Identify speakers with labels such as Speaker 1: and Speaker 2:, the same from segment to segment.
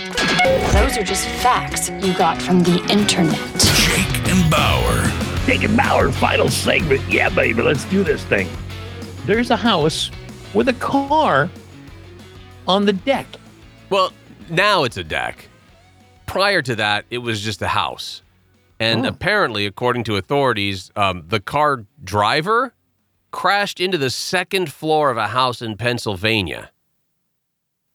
Speaker 1: Those are just facts you got from the internet.
Speaker 2: Jake and Bauer.
Speaker 3: Take a Bauer, final segment. Yeah, baby, let's do this thing. There's a house with a car on the deck.
Speaker 4: Well, now it's a deck. Prior to that, it was just a house. And
Speaker 3: Oh.
Speaker 4: apparently, according to authorities, um, the car driver crashed into the second floor of a house in Pennsylvania.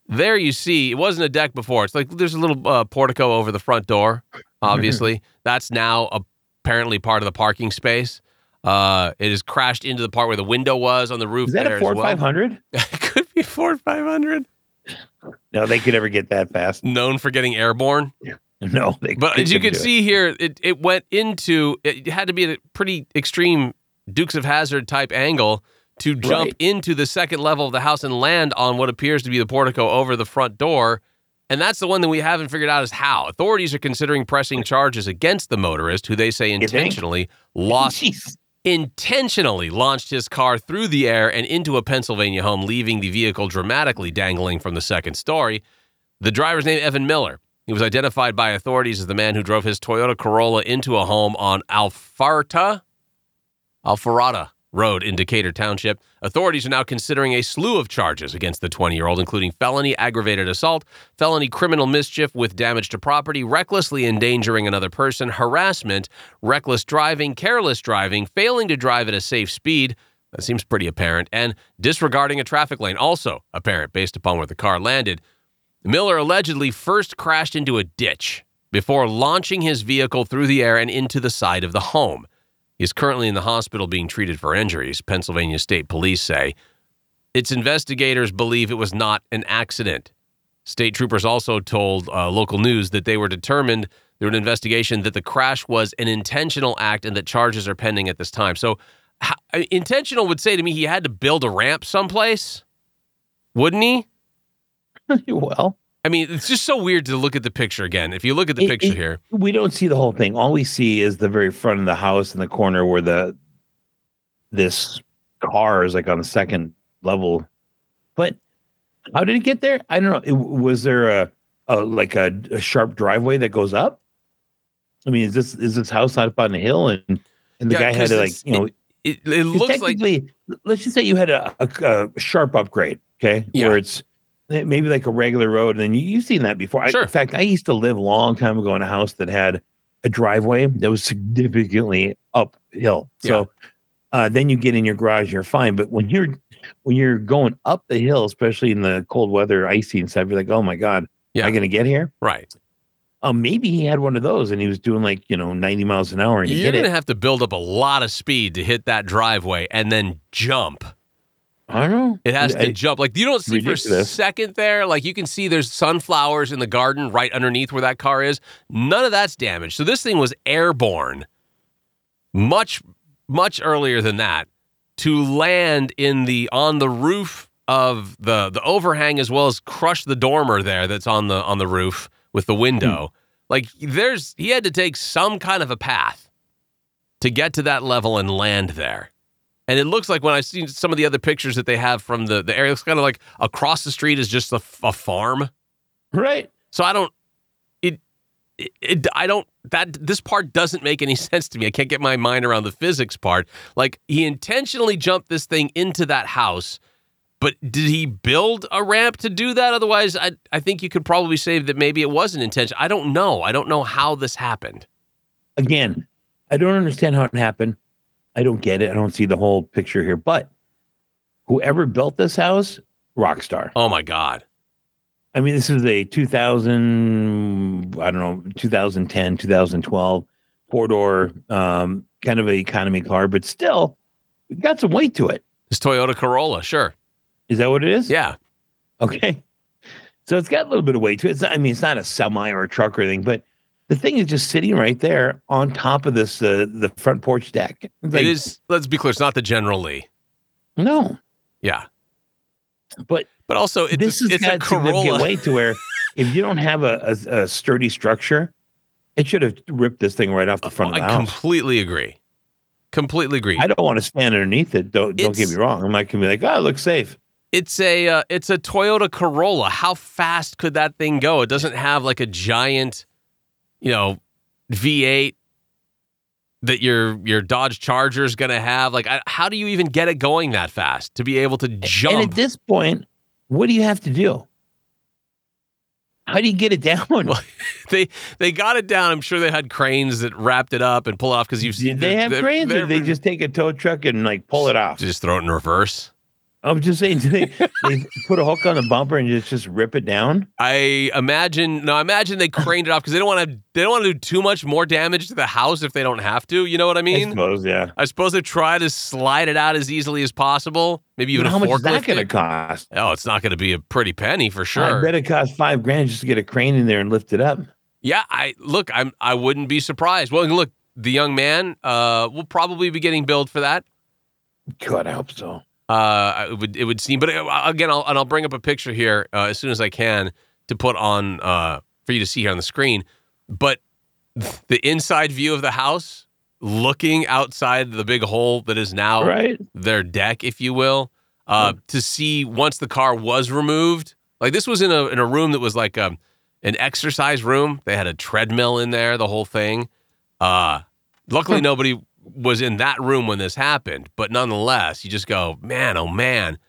Speaker 4: There you see, it wasn't a deck before. It's like there's a little uh, portico over the front door, obviously. That's now apparently part of the parking space. Uh, it has crashed into the part where the window was on the roof.
Speaker 3: Is that
Speaker 4: there
Speaker 3: a Ford
Speaker 4: as well.
Speaker 3: 500?
Speaker 4: Could be a Ford 500.
Speaker 3: No, they could never get that fast.
Speaker 4: Known for getting airborne.
Speaker 3: No, they
Speaker 4: But
Speaker 3: they
Speaker 4: as you
Speaker 3: couldn't
Speaker 4: can
Speaker 3: do it.
Speaker 4: see here, it, it went into it had to be at a pretty extreme Dukes of Hazard type angle to jump
Speaker 3: Right.
Speaker 4: into the second level of the house and land on what appears to be the portico over the front door. And that's the one that we haven't figured out is how. Authorities are considering pressing charges against the motorist who they say
Speaker 3: think?
Speaker 4: intentionally lost
Speaker 3: Jeez.
Speaker 4: intentionally launched his car through the air and into a Pennsylvania home, leaving the vehicle dramatically dangling from the second story. The driver's name, Evan Miller. He was identified by authorities as the man who drove his Toyota Corolla into a home on Alfarta, Alfarata Road in Decatur Township. Authorities are now considering a slew of charges against the 20 year old, including felony aggravated assault, felony criminal mischief with damage to property, recklessly endangering another person, harassment, reckless driving, careless driving, failing to drive at a safe speed. That seems pretty apparent. And disregarding a traffic lane, also apparent based upon where the car landed. Miller allegedly first crashed into a ditch before launching his vehicle through the air and into the side of the home. He is currently in the hospital being treated for injuries, Pennsylvania State Police say. Its investigators believe it was not an accident. State troopers also told uh, local news that they were determined through an investigation that the crash was an intentional act and that charges are pending at this time. So, how, I- intentional would say to me he had to build a ramp someplace, wouldn't he?
Speaker 3: well,
Speaker 4: I mean, it's just so weird to look at the picture again. If you look at the
Speaker 3: It-
Speaker 4: picture
Speaker 3: it-
Speaker 4: here,
Speaker 3: we don't see the whole thing. All we see is the very front of the house in the corner where the this car is like on the second level. But how did it get there? I don't know. It- was there a, a like a, a sharp driveway that goes up? I mean, is this is this house up on the hill and and the
Speaker 4: Yeah,
Speaker 3: guy had
Speaker 4: 'cause
Speaker 3: to like
Speaker 4: it's-
Speaker 3: you know
Speaker 4: it, it looks like
Speaker 3: technically, let's just say you had a, a, a sharp upgrade, okay,
Speaker 4: Yeah.
Speaker 3: where it's maybe like a regular road, and then you, you've seen that before. I,
Speaker 4: Sure.
Speaker 3: in fact, I used to live a long time ago in a house that had a driveway that was significantly uphill. So uh, then you get in your garage, you're fine. But when you're when you're going up the hill, especially in the cold weather, icy and stuff, you're like, oh my god,
Speaker 4: Yeah.
Speaker 3: am I gonna get here?
Speaker 4: right.
Speaker 3: Um, maybe he had one of those, and he was doing like you know 90 miles an hour, and you get
Speaker 4: You're going to
Speaker 3: it.
Speaker 4: have to build up a lot of speed to hit that driveway and then jump.
Speaker 3: I don't know.
Speaker 4: It has
Speaker 3: I-
Speaker 4: to jump. Like you don't see for a
Speaker 3: ridiculous.
Speaker 4: second there. Like you can see there's sunflowers in the garden right underneath where that car is. None of that's damaged. So this thing was airborne much much earlier than that to land in the on the roof of the the overhang as well as crush the dormer there that's on the on the roof with the window.
Speaker 3: Hmm.
Speaker 4: Like there's he had to take some kind of a path to get to that level and land there. And it looks like when I've seen some of the other pictures that they have from the, the area, it's kind of like across the street is just a, f- a farm.
Speaker 3: right.
Speaker 4: So I don't, it, it, it, I don't, that, this part doesn't make any sense to me. I can't get my mind around the physics part. Like he intentionally jumped this thing into that house, but did he build a ramp to do that? Otherwise, I, I think you could probably say that maybe it wasn't intentional. I don't know. I don't know how this happened.
Speaker 3: again, I don't understand how it happened. I don't get it. I don't see the whole picture here. But whoever built this house, rock star.
Speaker 4: Oh my God.
Speaker 3: I mean, this is a 2000, I don't know, 2010, 2012 four door, um, kind of an economy car, but still it got some weight to it.
Speaker 4: This Toyota Corolla. Sure.
Speaker 3: Is that what it is?
Speaker 4: Yeah.
Speaker 3: Okay. So it's got a little bit of weight to it. It's not, I mean, it's not a semi or a truck or anything, but the thing is just sitting right there on top of this, uh, the front porch deck. It's like,
Speaker 4: it is. Let's be clear. It's not the General Lee.
Speaker 3: No.
Speaker 4: Yeah.
Speaker 3: But
Speaker 4: But also, it's,
Speaker 3: this
Speaker 4: a,
Speaker 3: has
Speaker 4: it's a
Speaker 3: got significant
Speaker 4: Corolla.
Speaker 3: weight to where if you don't have a, a, a sturdy structure, it should have ripped this thing right off the front of the
Speaker 4: Oh, I
Speaker 3: house.
Speaker 4: completely agree. Completely agree.
Speaker 3: I don't want to stand underneath it. Don't don't get
Speaker 4: It's-
Speaker 3: me wrong. I'm not gonna be like, oh, it looks safe.
Speaker 4: It's a uh, it's a Toyota Corolla. How fast could that thing go? It doesn't have like a giant, you know, V8 that your your Dodge Charger is going to have. Like, I, how do you even get it going that fast to be able to
Speaker 3: And at
Speaker 4: jump?
Speaker 3: this point, what do you have to do? How do you get it down?
Speaker 4: they they got it down. I'm sure they had cranes that wrapped it up and pull it off because you've
Speaker 3: Did
Speaker 4: seen
Speaker 3: they have cranes or
Speaker 4: they're-
Speaker 3: they just take a tow truck and like pull it off?
Speaker 4: just throw it in reverse.
Speaker 3: I'm just saying, do they, they put a hook on the bumper and just, just rip it down?
Speaker 4: I imagine no, I imagine they craned it off because they don't want to. They don't want to do too much more damage to the house if they don't have to. You know what I
Speaker 3: I
Speaker 4: mean?
Speaker 3: suppose, yeah.
Speaker 4: I suppose they try to slide it out as easily as possible. Maybe even
Speaker 3: How
Speaker 4: a
Speaker 3: much
Speaker 4: forklift.
Speaker 3: is that going to
Speaker 4: it.
Speaker 3: cost?
Speaker 4: Oh, it's not going to be a pretty penny for
Speaker 3: I
Speaker 4: sure.
Speaker 3: bet it costs five grand just to get a crane in there and lift it up.
Speaker 4: yeah, I look. I'm. I wouldn't be surprised. Well, and look, the young man uh, will probably be getting billed for that.
Speaker 3: God, I hope so.
Speaker 4: Uh, it would it would seem, but uh, again, I'll, and I'll bring up a picture here uh, as soon as I can to put on uh, for you to see here on the screen. But the inside view of the house, looking outside the big hole that is now
Speaker 3: Right?
Speaker 4: their deck, if you will,
Speaker 3: Hmm.
Speaker 4: uh, to see once the car was removed. Like this was in a in a room that was like um an exercise room. They had a treadmill in there, the whole thing. Uh, luckily, nobody was in that room when this happened. But nonetheless, you just go, man, oh man,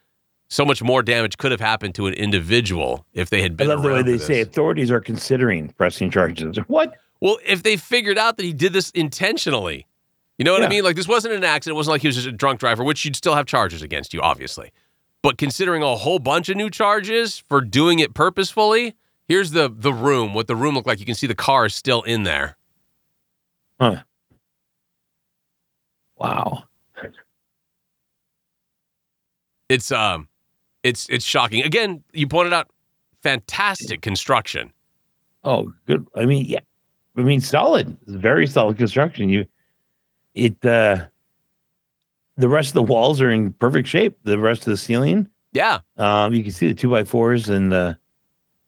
Speaker 4: so much more damage could have happened to an individual if they had
Speaker 3: I
Speaker 4: been.
Speaker 3: love the way
Speaker 4: around for
Speaker 3: they
Speaker 4: this.
Speaker 3: say authorities are considering pressing charges. What?
Speaker 4: Well, if they figured out that he did this intentionally, you know what I
Speaker 3: Yeah.
Speaker 4: mean? Like this wasn't an accident. It wasn't like he was just a drunk driver, which you'd still have charges against you, obviously. But considering a whole bunch of new charges for doing it purposefully, here's the the room. What the room looked like. You can see the car is still in there.
Speaker 3: Wow.
Speaker 4: It's um, it's it's shocking. Again, you pointed out fantastic construction.
Speaker 3: Oh, good. I mean, yeah. I mean, solid. Very solid construction. You, it, uh, the rest of the walls are in perfect shape. The rest of the ceiling,
Speaker 4: Yeah,
Speaker 3: um, you can see the two by fours and the,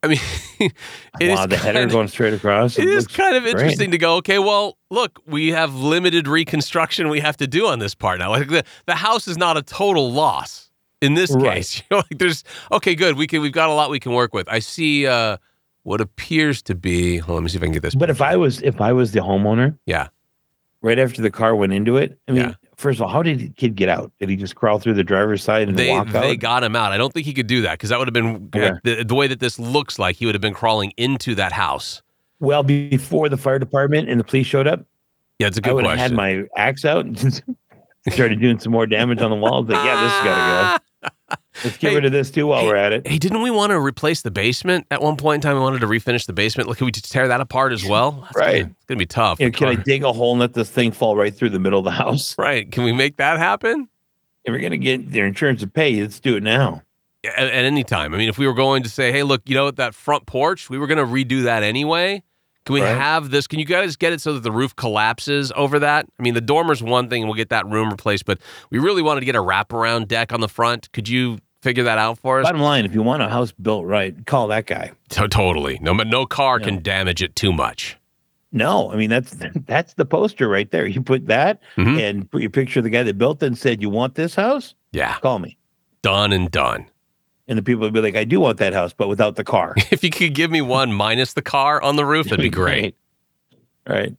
Speaker 4: I mean, it is
Speaker 3: wow, the header
Speaker 4: kinda-
Speaker 3: going straight across.
Speaker 4: It is
Speaker 3: looks-
Speaker 4: kind of
Speaker 3: great.
Speaker 4: interesting to go, okay, well, look, we have limited reconstruction we have to do on this part now. Like the, the house is not a total loss in this
Speaker 3: Right.
Speaker 4: case. You know, like there's okay, good. We can we've got a lot we can work with. I see uh what appears to be hold on, let me see if I can get this.
Speaker 3: But if I was if I was the homeowner,
Speaker 4: Yeah.
Speaker 3: right after the car went into it, I mean,
Speaker 4: Yeah.
Speaker 3: first of all, how did the kid get out? Did he just crawl through the driver's side and
Speaker 4: they
Speaker 3: walk
Speaker 4: they
Speaker 3: out?
Speaker 4: got him out. I don't think he could do that because that would have been
Speaker 3: Yeah.
Speaker 4: like, the, the way that this looks like he would have been crawling into that house.
Speaker 3: well, be- before the fire department and the police showed up,
Speaker 4: Yeah, it's a
Speaker 3: I
Speaker 4: good
Speaker 3: would have
Speaker 4: question.
Speaker 3: had my axe out and just started doing some more damage on the wall. I was like, yeah, this has got to go. Let's get
Speaker 4: Hey,
Speaker 3: rid of this too while we're at it.
Speaker 4: Hey, didn't we want to replace the basement at one point in time? We wanted to refinish the basement. Look, can we just tear that apart as well? That's
Speaker 3: Right.
Speaker 4: Gonna, it's gonna be tough.
Speaker 3: You know, can I dig a hole and let this thing fall right through the middle of the house?
Speaker 4: right? Can we make that happen
Speaker 3: If we're gonna get their insurance to pay, let's do it now.
Speaker 4: at, at any time? I mean, if we were going to say, hey, look, you know, what, that front porch, we were gonna redo that anyway. Can we
Speaker 3: Right.
Speaker 4: have this? Can you guys get it so that the roof collapses over that? I mean, the dormer's one thing, and we'll get that room replaced, but we really wanted to get a wraparound deck on the front. Could you figure that out for us?
Speaker 3: Bottom line, if you want a house built right, call that guy.
Speaker 4: To- totally. No, no car
Speaker 3: No.
Speaker 4: can damage it too much.
Speaker 3: No, I mean that's that's the poster right there. You put that
Speaker 4: Mhm.
Speaker 3: and put your picture of the guy that built it and said, "You want this house?
Speaker 4: Yeah,
Speaker 3: Call me."
Speaker 4: done and done.
Speaker 3: And the people would be like, "I do want that house, but without the car."
Speaker 4: if you could give me one minus the car on the roof, that'd be great.
Speaker 3: All right,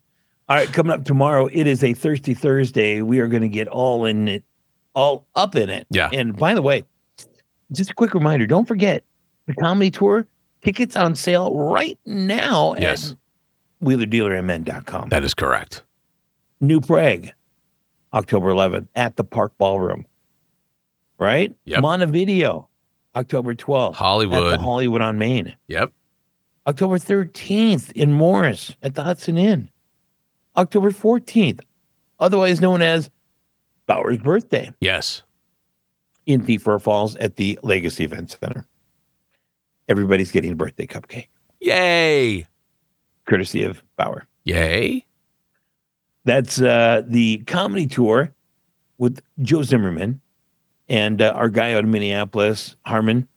Speaker 3: all right. Coming up tomorrow, it is a thirsty Thursday. We are going to get all in it, all up in it.
Speaker 4: Yeah.
Speaker 3: And by the way, just a quick reminder: don't forget the comedy tour tickets on sale right now
Speaker 4: Yes.
Speaker 3: at WheelerDealerMN.com.
Speaker 4: That is correct.
Speaker 3: New Prague, October 11th at the Park Ballroom. Right?
Speaker 4: Yep.
Speaker 3: Montevideo, October 12th at
Speaker 4: Hollywood.
Speaker 3: the Hollywood on Main.
Speaker 4: Yep.
Speaker 3: October 13th in Morris at the Hudson Inn. October 14th, otherwise known as Bauer's birthday
Speaker 4: Yes.
Speaker 3: in Thief River Falls at the Legacy Event Center. Everybody's getting a birthday cupcake,
Speaker 4: Yay.
Speaker 3: courtesy of Bauer.
Speaker 4: Yay.
Speaker 3: That's uh, the comedy tour with Joe Zimmerman and uh, our guy out of Minneapolis, Harmon.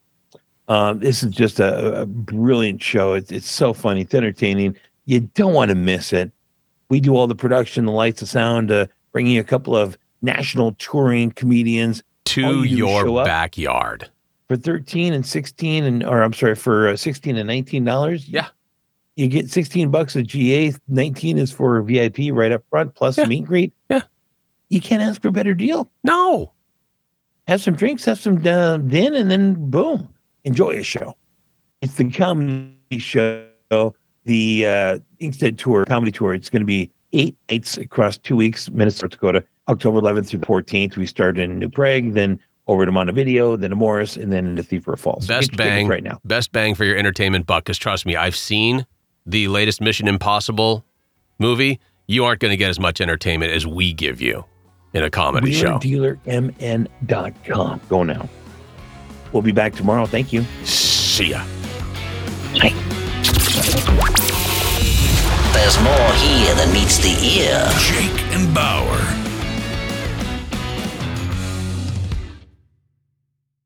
Speaker 3: Um, this is just a, a brilliant show. It's, it's so funny. It's entertaining. You don't want to miss it. We do all the production, the lights, the sound, uh, bringing you a couple of national touring comedians.
Speaker 4: To
Speaker 3: All Oh, you
Speaker 4: your
Speaker 3: show up.
Speaker 4: backyard.
Speaker 3: for 13 and 16 and or I'm sorry for uh, 16 and 19 dollars.
Speaker 4: Yeah.
Speaker 3: You get 16 bucks a GA, 19 is for VIP right up front plus
Speaker 4: Yeah.
Speaker 3: meet and greet.
Speaker 4: Yeah.
Speaker 3: You can't ask for a better deal.
Speaker 4: No.
Speaker 3: Have some drinks, have some uh, din and then boom, enjoy a show. It's the comedy show, the uh Inkstead tour, comedy tour. It's going to be eight nights across 2 weeks Minnesota, Dakota, October 11th through the 14th. We start in New Prague, then over to Montevideo, then to Morris, and then into Thief River Falls.
Speaker 4: Best
Speaker 3: Get your tickets
Speaker 4: bang.
Speaker 3: right now.
Speaker 4: Best bang for your entertainment buck. Because trust me, I've seen the latest Mission Impossible movie. You aren't going to get as much entertainment as we give you in a comedy show.
Speaker 3: DealerMN.com. Go now. We'll be back tomorrow. Thank you.
Speaker 4: See ya.
Speaker 2: There's more here than meets the ear.
Speaker 5: Jake and Bauer.